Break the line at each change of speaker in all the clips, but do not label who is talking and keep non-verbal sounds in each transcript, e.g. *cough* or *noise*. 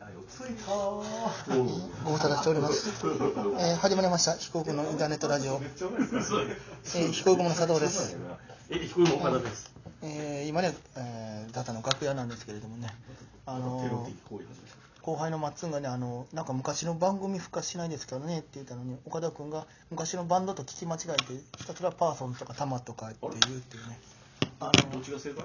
あよついたー
うん
ご無沙汰しております。えー始まりました。飛行雲のインターネットラジオ
め。っちゃうまいですね
えー飛行雲の佐藤です。
え、飛行機も岡田です。
えー今ね、えー、ダタの楽屋なんですけれどもね、あ
テロ
のー
的行為なんで
後輩のマッツンがね、あのーなんか昔の番組復活しないですからねって言ったのに、岡田君が昔のバンドと聞き間違えて、ひたすらパーソンとかタマとかって言うっていうね、あ
ど
の
っ
ー
ちが正解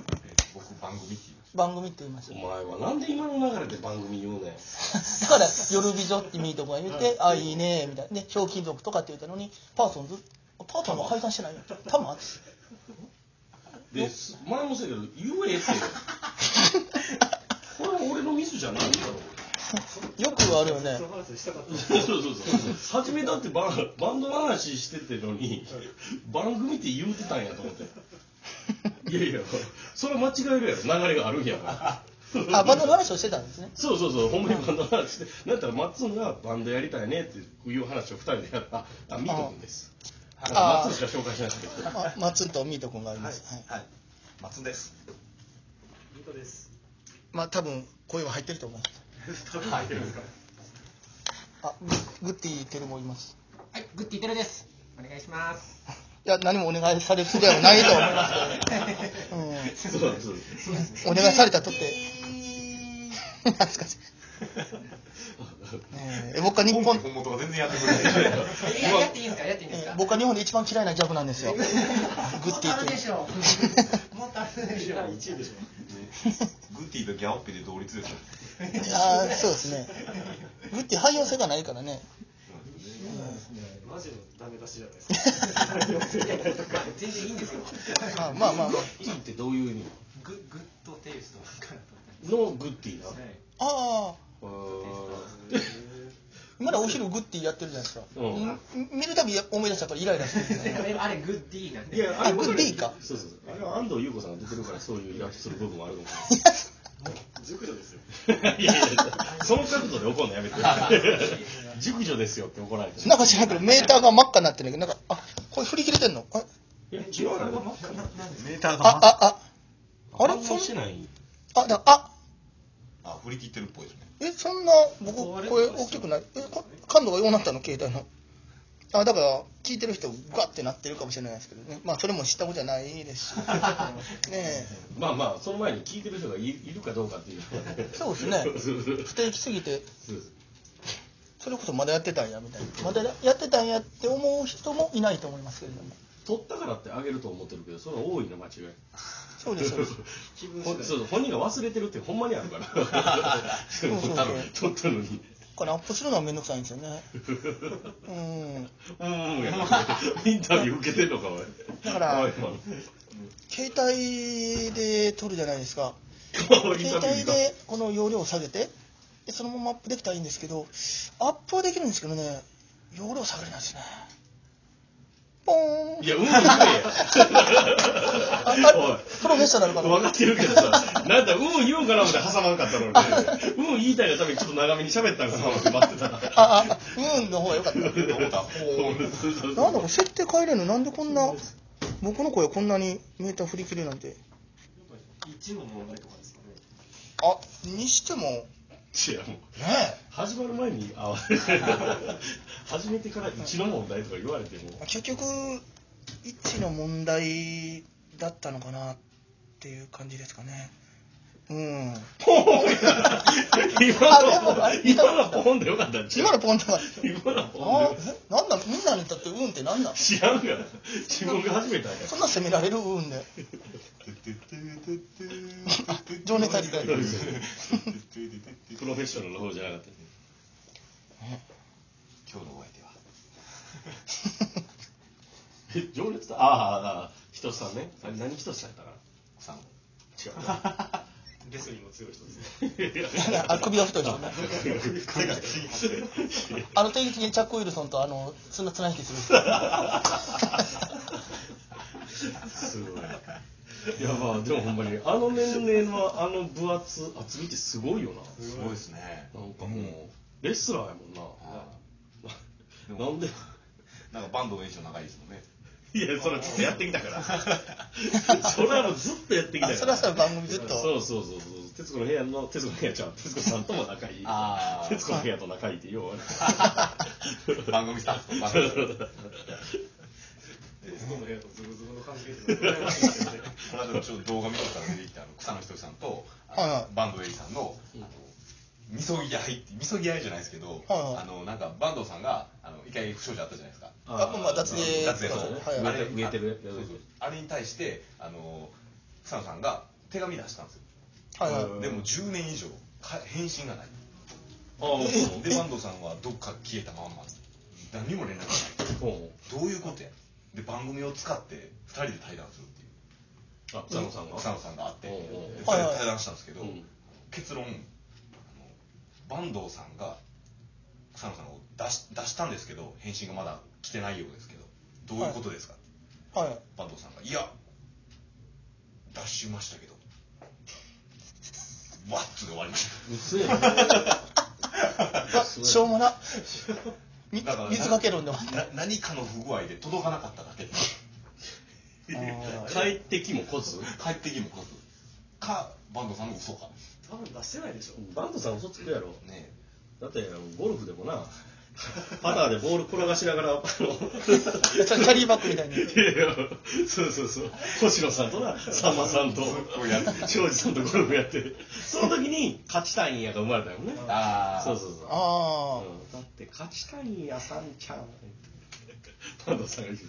僕番組って言いまし
番組って言いまし
お
た。
*laughs*
前はなんで今の流れで番組言うねん。
だから「夜美女」ってミートが言って「あいいね」みたいな「ねひょうきん族」とかって言ったのにパーソンズパーソンは解散してないよたま
です前もそうやけど言えってよこれは俺のミスじゃないんだろう
よくあるよね
その話したかった
そうそうそう初めだってバンバンドの話しててのに番組って言うてたんやと思っていやいやそれは間違えるやろ流れがあるんやから
あバンドの話をしてたんですね
そうそうそうほんまにバンドの話してなんやったらマッツンがバンドやりたいねっていう話を二人でやったあミート君です
あ
だからマッツンしか紹介しないですけど
ま松とミート君があります、はい
はい。松です。
本当です
まあ多分声は入ってると思う
多分入ってるんですか
あググッティテルもいます
はい、グッティテルです。お願いします。
いや何もお願いされてではないとは思いますけど、ね
そうそうそう
うん、お願いされたとって *laughs* 懐かしい、えー、僕は日本
本元が全然やってくれない。
え、ややっていいんですかやっていいんです
えー
か
僕は日本で一番嫌いなギャグなんですよ。グッて言
もっとあ
っ
る
て
で
*laughs*
しょ。もっとあるでしょ。
1位でしょ
グッティとギャオッピで同率ですよ。
あーそうですね。グッて汎用性がないからね。
マジのダメ出しじゃないですか
全然いいんですよ。
あまあまあまあ。
いいってどういう意味
ググッドテイストかなと
のグッディな
思って。
ああ。
あ
まだお昼グッてやってるじゃないですか。
うん
ん見るたび思い出したからイライラして
*laughs*
るんですよね。
はい。あれグッディなん
ーい
で。
やあれ
あグッディか
そうそうそうあれは安藤優子さんが出てるからそういうイラッとする部分もあるかもし
熟女ですよ
れないいやいやいやその角度で怒るのやめて熟女ですよって怒られて
なんか知らんけどメーターが真っ赤になってるけど、なんか、あ、これ振り切れてんのあ、
いや違うあれは
メーター
あ、。あ、あ、あ
反
れ
応
そん
してない
あ、だあ、
あ、振り切ってるっぽいですね。
え、そんな、僕、声大きくないえ、こ感度がようなったの携帯の。あ、だから、聞いてる人、ガッてなってるかもしれないですけどね。まあ、それも知ったことじゃない
*laughs*
ですし。ねえ。
まあまあその前に聞いてる人がいいるかどうかっていう
そうです
*laughs*
ね
そうそう
不定期すぎて
そう
それこそまだやってたんやみたいなまだやってたんやって思う人もいないと思いますけれども
取ったからってあげると思ってるけどそれは多いな間違い
そうですそうです
気分次
ほん
第
そうそう本人が忘れてるってほんまにあるから
うそう
多分取ったのに
これアップするのは面倒くさいんですよねうん
うんうんやなインタビュー受けてんのかおい
だから
おいおい
携帯で撮るじゃないですか
携
携帯でこの容量を下げてでそのままアップできたらいいんですけどアップはできるんですけどね容量下げれないですねポーン
いや、うんうん言えや。おい
ああプロフェッショナルかな
分かってるけどさ、なんだ、うん言うんかな思って挟まんかったのに、う
*laughs*
ん言いたいがためにちょっと長めに喋ったんかな思って待ってたら。
ああうんの方が良かった
どうだ、こ
なんだこれ設定変えれんのなんでこんな僕の声こんなにメーター振り切れなんて
1の問題とかですかね
あにしてもね
いやもう
え
始まる前に、あ、始めてからうちの問題とか言われても、
結局一の問題だったのかなっていう感じですかねうん
今の
あ、でも
今のポンでよかったんちゃ
今
う
のポンとが
今のポン
あ
で。
えなんだみんなにとってうんってなんだ
知らんがな、自分が始めたんや。
そんな責められるうんで
*laughs*
情熱大陸
プロフ
プロフェ
ェッ
ッ
シ
ショナルの方じゃなかった。
ョナル。今日のお相手は。
え情熱だああああ人志さんねあれ何人志さんやったか
さん。
な
*laughs*
レスリングも強い人ですね
違ういや
あ首が
*laughs*
太い人ね
手が新発生。
あの定期的にチャック・ウィルソンとあの綱綱引きする人
すごいいや *laughs* まあでもほんまにあの年齢のあの分厚厚みってすごいよな
すごいですね。
なんかもう、レスラーやもんななんで
なんかバンドの印象長いですもんね。
いやそれはずっとやってきたからそれはもうずっとやってきた
あ
から
それはさ番組ずっと
そうそうそうそう徹子の部屋の徹子の部屋ちゃん徹子さんとも仲いい
あー
徹子の部屋と仲いいってようある
番組スタッフと番組スタッフ
*laughs*
その部屋とズブズブの関係でございましたね
この間ちょっと動画見とったら出てきたあの草野ひとりさんと
はい
あ
は
のバンドエイさんのあのみそぎ合いってみそぎ合いじゃないですけど、
はいはい
あのなんかバンドさんがあの一回負傷者あったじゃないですか。
あまあまあ脱税
脱税
と
と
か
か
ね
ね
はいはい
あれ
植えてる
あそうそうあれに対してあの草野さんが手紙出したんですよ。
はいはい
うん
でも10年以上か返信がない。
ああ
でバンドさんはどっか消えたまんま何も連絡がない。どういうことや。で番組を使って2人で対談するっていう。
あ草野さんが
草野さんがあって、
おう
で
おう
それで対談したんですけど、
うん
結論あの坂東さんが草野さんを出し出したんですけど返信がまだ来てないようですけどどういうことですか、
はい
坂東さんが「いや出しましたけど」ワッツで終わりまし
うっせえな
あしょうもなみ
ただから
水かけるんでも
な何かの不具合で届かなかっただけで
帰ってきも来ず
帰ってきもこずか坂東さんの嘘か
多分出してないでしょ
バンドさん嘘つくやろ
ねえ
だってゴルフでもなパターでボール転がしながらあの
キャキャリーバッグみたいに
いやいやそうそうそう星野さんとなさんまさんと庄司さんとゴルフやってその時に勝ちたいんやが生まれたよね
ああ
そうそうそう
あ
うんだって勝ちたいんやさんち
*laughs*
ゃんパンダさんが言う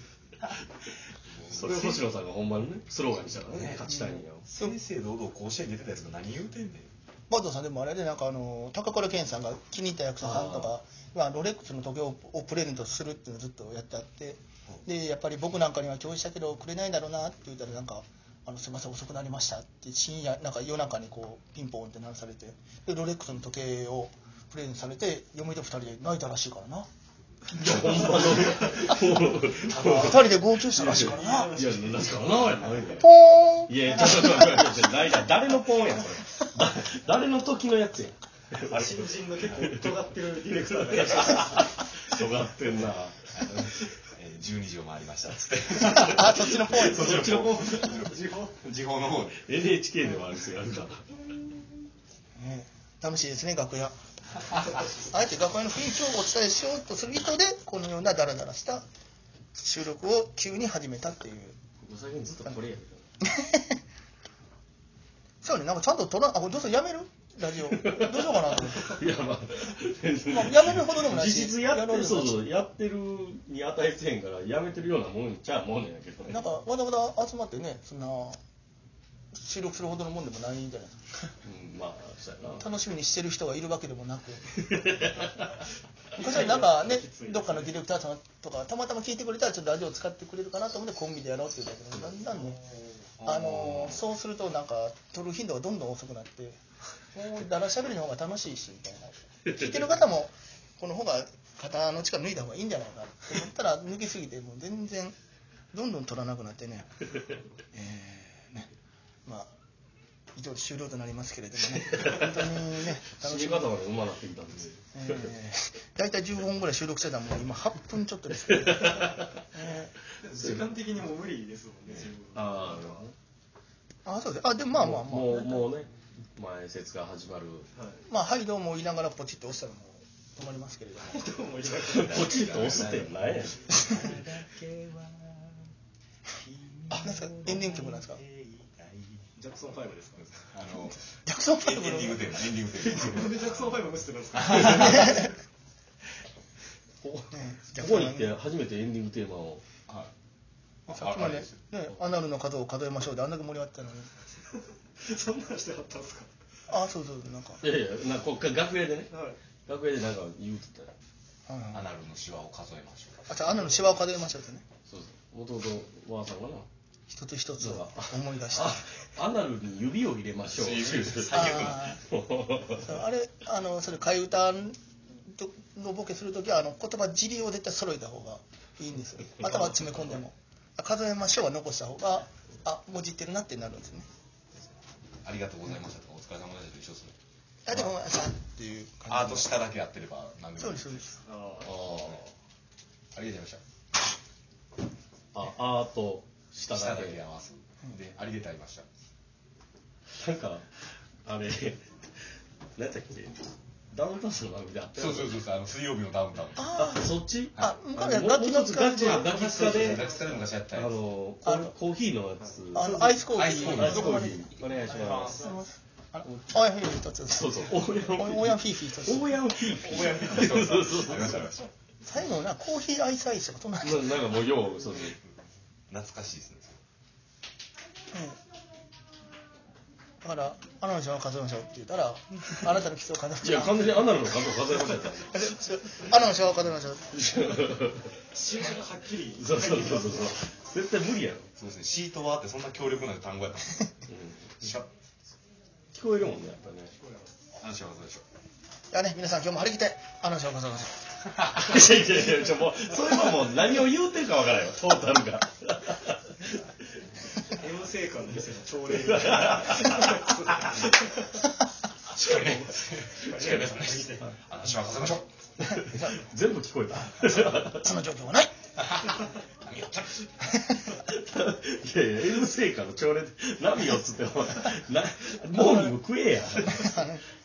それを星野さんがほんまにねスローガンにしたからね勝ちたいんやを
正々堂々甲子園出てたやつが何言うてんね
*laughs*
ん
バートさんでもあれでなんかあの高倉健さんが気に入った役者さんとかまあ、ロレックスの時計ををプレゼントするっていうのをずっとやってあってでやっぱり僕なんかには教師だけどくれないだろうなって言ったらなんか「あのすみません遅くなりました」って深夜なんか夜中にこうピンポンって鳴らされてでロレックスの時計をプレゼントされて嫁と二人で泣いたらしいからな
ほんまの
二人で号泣したらしいからない
やなんか穴やないんだよ
*laughs* ポーン
いやちょっと待って待ってないだ誰のポーンやそれだ誰の時のやつや
新人の結構尖ってるディレクターが
尖ってん
*laughs*
な
えー12時を回りましたっつって
*laughs* あそっちのポーン
そっちのポ
時報時報の方で
NHK でもあるしやるから
ね楽しいですね楽屋あえて楽屋の雰囲気をお伝えしようとする意図でこのようなダラダラした収録を急に始めたっていう *laughs*
お酒にずっとこれやけど
そうねなんかちゃんと撮らあこれどうするやめるラジオどうしようかなと思って
いやまあ
まあやめるほどでもないし
実質やってるそう
やろうよ
そうやってるに値せへんからやめてるようなもんちゃうもんやけどね
なんかわざわざ集まってねそんな収録するほどのもんでもないんじゃないです
うんまあそうやな
か楽しみにしてる人がいるわけでもなく昔はなんかねどっかのディレクターさんとかたまたま聞いてくれたらちょっとラジオ使ってくれるかなと思ってコンビでやろうっていうだけどだんだんねあのーそうするとなんか撮る頻度がどんどん遅くなってもうだらしゃべりの方が楽しいしみたいな聞いてる方もこの方が肩の力抜いた方がいいんじゃないかと思ったら抜きすぎてもう全然どんどん撮らなくなってねえーねまあ以上で終了となりますけれどもね本当にね
死
楽
に
しみ
方までうまなってきたんですよ
えー大体15本ぐらい収録してたもん今8分ちょっとですけど、え
時間的にもう無理ですもんね自分は
あ
ーあそうですあでもまあ
あ
まあまあ
もうもうね前説が始まる
はい
まあはいどうも言いながらポチッと押したらもう止まりますけれど
ど
も
うもいらっしゃい
ポチッと押すってなんやねん
あなんですかエンディング曲なんですか
ジャクソン5ですか
あの
ジャクソン
エ
5
ンディングテーマエンディングテー
なんでジャクソン5無視するんですか
ここ
ねジャ
こ
クソ
こ
ン
に来て初めてエンディングテーマを
マはい
あさっきまでねアナルの数を数えましょうであんだけ盛り上がってたのに
そんなんしてはったんですか
あそうそうなんか
いやいやなこっか楽屋でね
はい
楽屋でなんか言うてたよ
はいはい
アナルのシワを数えましょ
あじゃあアナルのシワを数えましょうってね
そうそうもともと和さんがな
一つ一つ
そうだ
思い出して
あアナルに指を入れましょう
指を入れ
あ
る最悪な
ーそうあれあのそれ替え歌のボケするときはあの言葉尻を絶対揃えた方がいいんですよ頭詰め込んでもあ数えましょうは残した方があもじってるなってなるんですね
うありがとうございましたとかお疲れ様でしたと一緒ですね
あでもさっていう
アー
感
ト
じ
しただけやってれば何でも
そう
いい
ですそうです
ああ
あ
ありがとうござい
ああアートし
ました
た
した
だ
だ
け
け合わすでありがとうございました
なんかあれ、何だっけ、ダウンタウンさんの番組であった
そうそうそうそうあの水曜日のダウンタウン
あ
あ、そっち
あ、
あ
昔
の
は
もう
ガキの
一つガ
使
チ
い
ガキ使で、
学生で昔やった
あ
やつ
の、
あの
コーヒーのやつ。
あのアイスコーヒー
アイスコーヒ
はい
ーどこ
コ
ま
ー
で
ヒーお願いします。
あ、いやいや、一つ。
そうそう、オ
オー
ー
ヤ
ヤ
ン
ンフ
フ
ィ
ィー
ー
フィーと
フィー。オーヤンフィーフィー。
そう
そ
そう
そう
うそう
そう
ありましたありました
最後のな、コーヒーアイスアイスとか、そんな。うん。
ななんかもうよう、そうそう。
懐かしいですね
だから、アナの女を数えましょうって言っ
*laughs*
たら、あなたの基礎を数えま
い
しょ
や、
う。
完
*laughs*
全にアナルの数を数えましたよ。 *laughs*
アナの女を数えましょう。
シワがはっきり
そうそうそうそう。絶対無理やろ。
そうですねシートワーってそんな強力な単語やったんですねしゃ
聞こえるもんね、やっぱね。
何しようそうでしょう
*laughs* いやね、皆さん今日も張り切って、アナの女を数えましょ
いやいやいや、ちょもう、それはもう何を言うてるかわからんよ、トータルが。
M 成果の店の朝礼みたいな
しっかりねしっかり皆さんね話はさせましょう
全部聞こえた。
う。その状況はない。
何やったら
いやいや、M 成果の朝礼、何をっつって、お前な、モーニング食えや。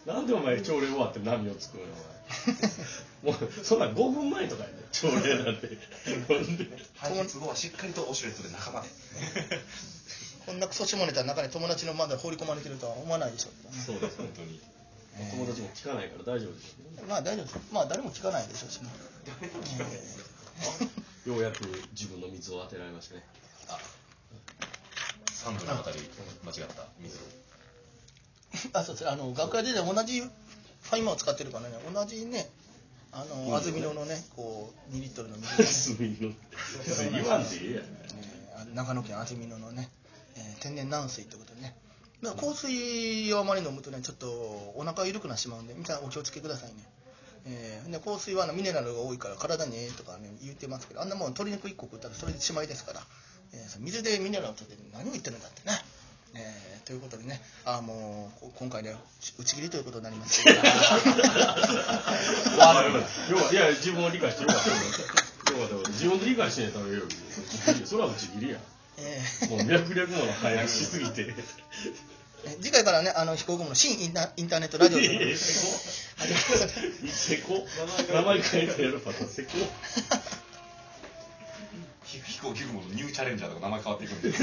なんでお前朝礼終わって何を作るのお前。もう、そんなん5分前とかやね、朝礼なんて。ほんで
排出後はしっかりとオシュレットで仲間で
こんなクソ下ネタの中に友達のまだ放り込まれてるとは思わないでしょうけどね。
そうです、
本当に
友達も聞かないから大丈夫ですよね。
まあ大丈夫です。まあ誰も聞かないでしょうし
*laughs*
ね。
ようやく自分の水を当てられましたね。
3部のあたり間違った水を
あ、そうです。あの、学会でね、同じファイマーを使ってるからね、同じね、あの、安曇野のね、こう、2リットルの水をね
すみの。 *laughs* 言わんでええやん。
えーあ長野県安曇野のね、えー天然軟水ってことでねだから香水をあまり飲むとねちょっとお腹緩くなってしまうんで皆さんお気をつけくださいね、えーで香水はあのミネラルが多いから体にええとかね言ってますけどあんなもん鶏肉1個食ったらそれでしまいですから、えーその水でミネラルを取って何を言ってるんだってねえーということでね、あーもうこ今回で打ち切りということになります *laughs* けど
わあ、よかった。よかった。いや、自分を理解してよかった。よかったよかった。自分で理解してねえたらええよ。それは打ち切りや。
えー
もう脈略も早くしすぎて。
え次回からね、あの飛行雲の新インタインターネットラジオとい
*laughs*
うのが始まりますので
セコ名前変えてやるパターン、セコ
飛飛行機雲のニューチャレンジャーとか名前変わっていくんで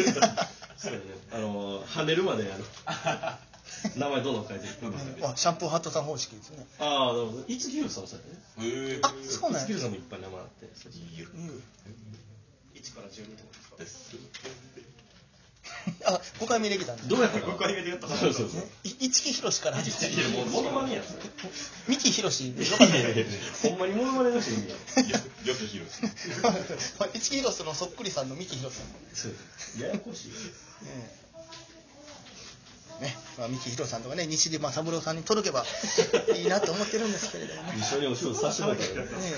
そうやね。あの、跳ねるまで、あの、名前どんどん変えていく。
あシャンプーハットさん方式ですね。
ああ、なるほど。いつきるさんもそうやね。
へえ
あ、そうなん
いつ
や
きるさんもいっぱい名前あって。そうそう
いいよ
うん
1から12とかですか
です
あ、5回目できたんで。
どうやったか
5回目でやった
そうそうそう。
い一木ひろしから、
いやいや、もう、モノマネやん、それ。
三木ひろしで *laughs* よかっ
い
た
や
ね
いやいや、ほんまにモノマネの人いるやん。
よよく拾う
一木ひろしのそっくりさんの三木ひろしさん。
そうややこしい。
ねえね、まあ、三木ひろしさんとかね、西島三郎さんに届
*laughs*
けばいいなと思ってるんですけれどもね。
一緒にお仕事させてもらったから
ねえ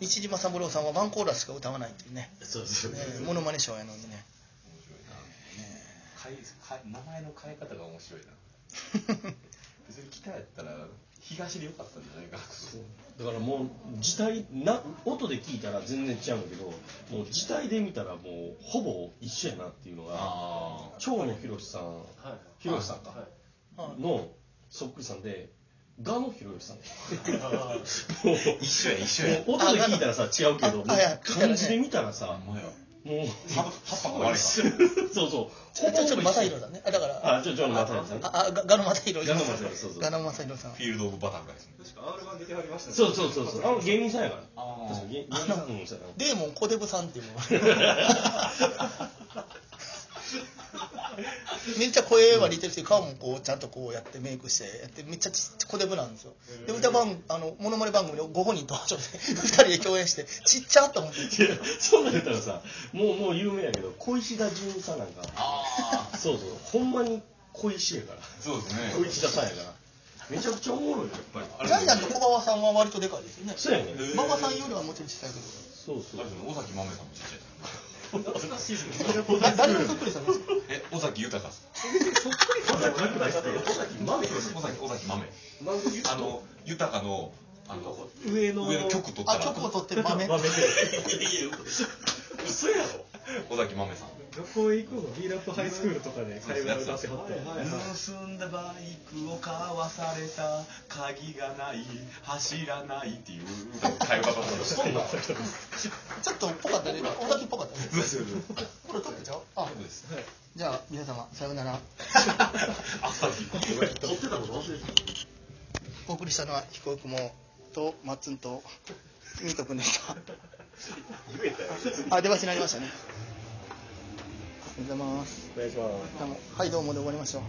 西島三郎さんはワンコーラスしか歌わないっていうね、
そうそう。
ねえモノマネショーやの
*laughs*
にね。
変え変え名前の変え方が面白いな別に北やったら東でよかったんじゃないか
だ
な
からもう字体な音で聞いたら全然違うんだけどもう字体で見たらもうほぼ一緒やなっていうのが
あ
蝶野博さん
はい
博さんか
はい
はい
のそっくりさんで賀野博さん
あ
もう
一緒や一緒や
もう音で聞いたらさ違うけどもう
ああいや
漢字で見たらさ
お前や
もう
葉っぱが悪い
*laughs*
か
そうそう
ち
ほぼほぼ
ょちょっと
一緒
正弘さんね。あだから、
あちょちょまさにさんね
あ、あがガノ正弘
ガノ正弘そうそう
ガノ正弘さん。
フィールド・オブ・バタフライですね
確か R1 出てはりましたね
そうそうそうそうあの芸人さんやから
あー
確かに芸芸人さんもそうやな
デーモンコデブさんっていうの *laughs* が
*laughs*
めっちゃ声は似てるし顔もこうちゃんとこうやってメイクしてやってめっちゃちコデブなんですよで歌番あのモノマネ番組でご本人登場して2人で共演してちっちゃと思って
いやそんなん言ったらさもうもう有名やけど小石田純一さんなんか
ああ
そうそうほんまに小石やから
そうです
小
ね
石田さんやからめちゃくちゃおもろいよやっぱり
あれ
ジャイアント小川さんは割とでかいですよね
そうやね
へー
馬場さんよりはもちろん小さいけど
そうそう
あれですね尾崎豆さんもちっちゃい
懐かしいですね
だ誰がそっくりさんですか
え尾崎豊さん
まだなくなっちゃったよ豆
尾崎尾崎豆あの豊のあの
上の
上の
曲
曲取った
あ
ら
曲を取って豆
豆で嘘やろ
尾崎豆さん
学校へ行こうの B ラップハイスクールとかで会話を出せはった
はいはい盗んだバイクを買わされた鍵がない走らないっていう会話ばっかりし
そ
て
んなちょっとぽかったね。おだけっぽかったね。これ撮ってちゃうあ、
です
じゃあ皆様、さようなら。
*laughs* 朝日
撮ってたこと忘れてた
お送りしたのは飛行雲とマッツンとミート君でした。
言えたよ
あ、出待ちになりましたね。おはようございます。
お願いします
どうもはい、どうもで終わりましょう。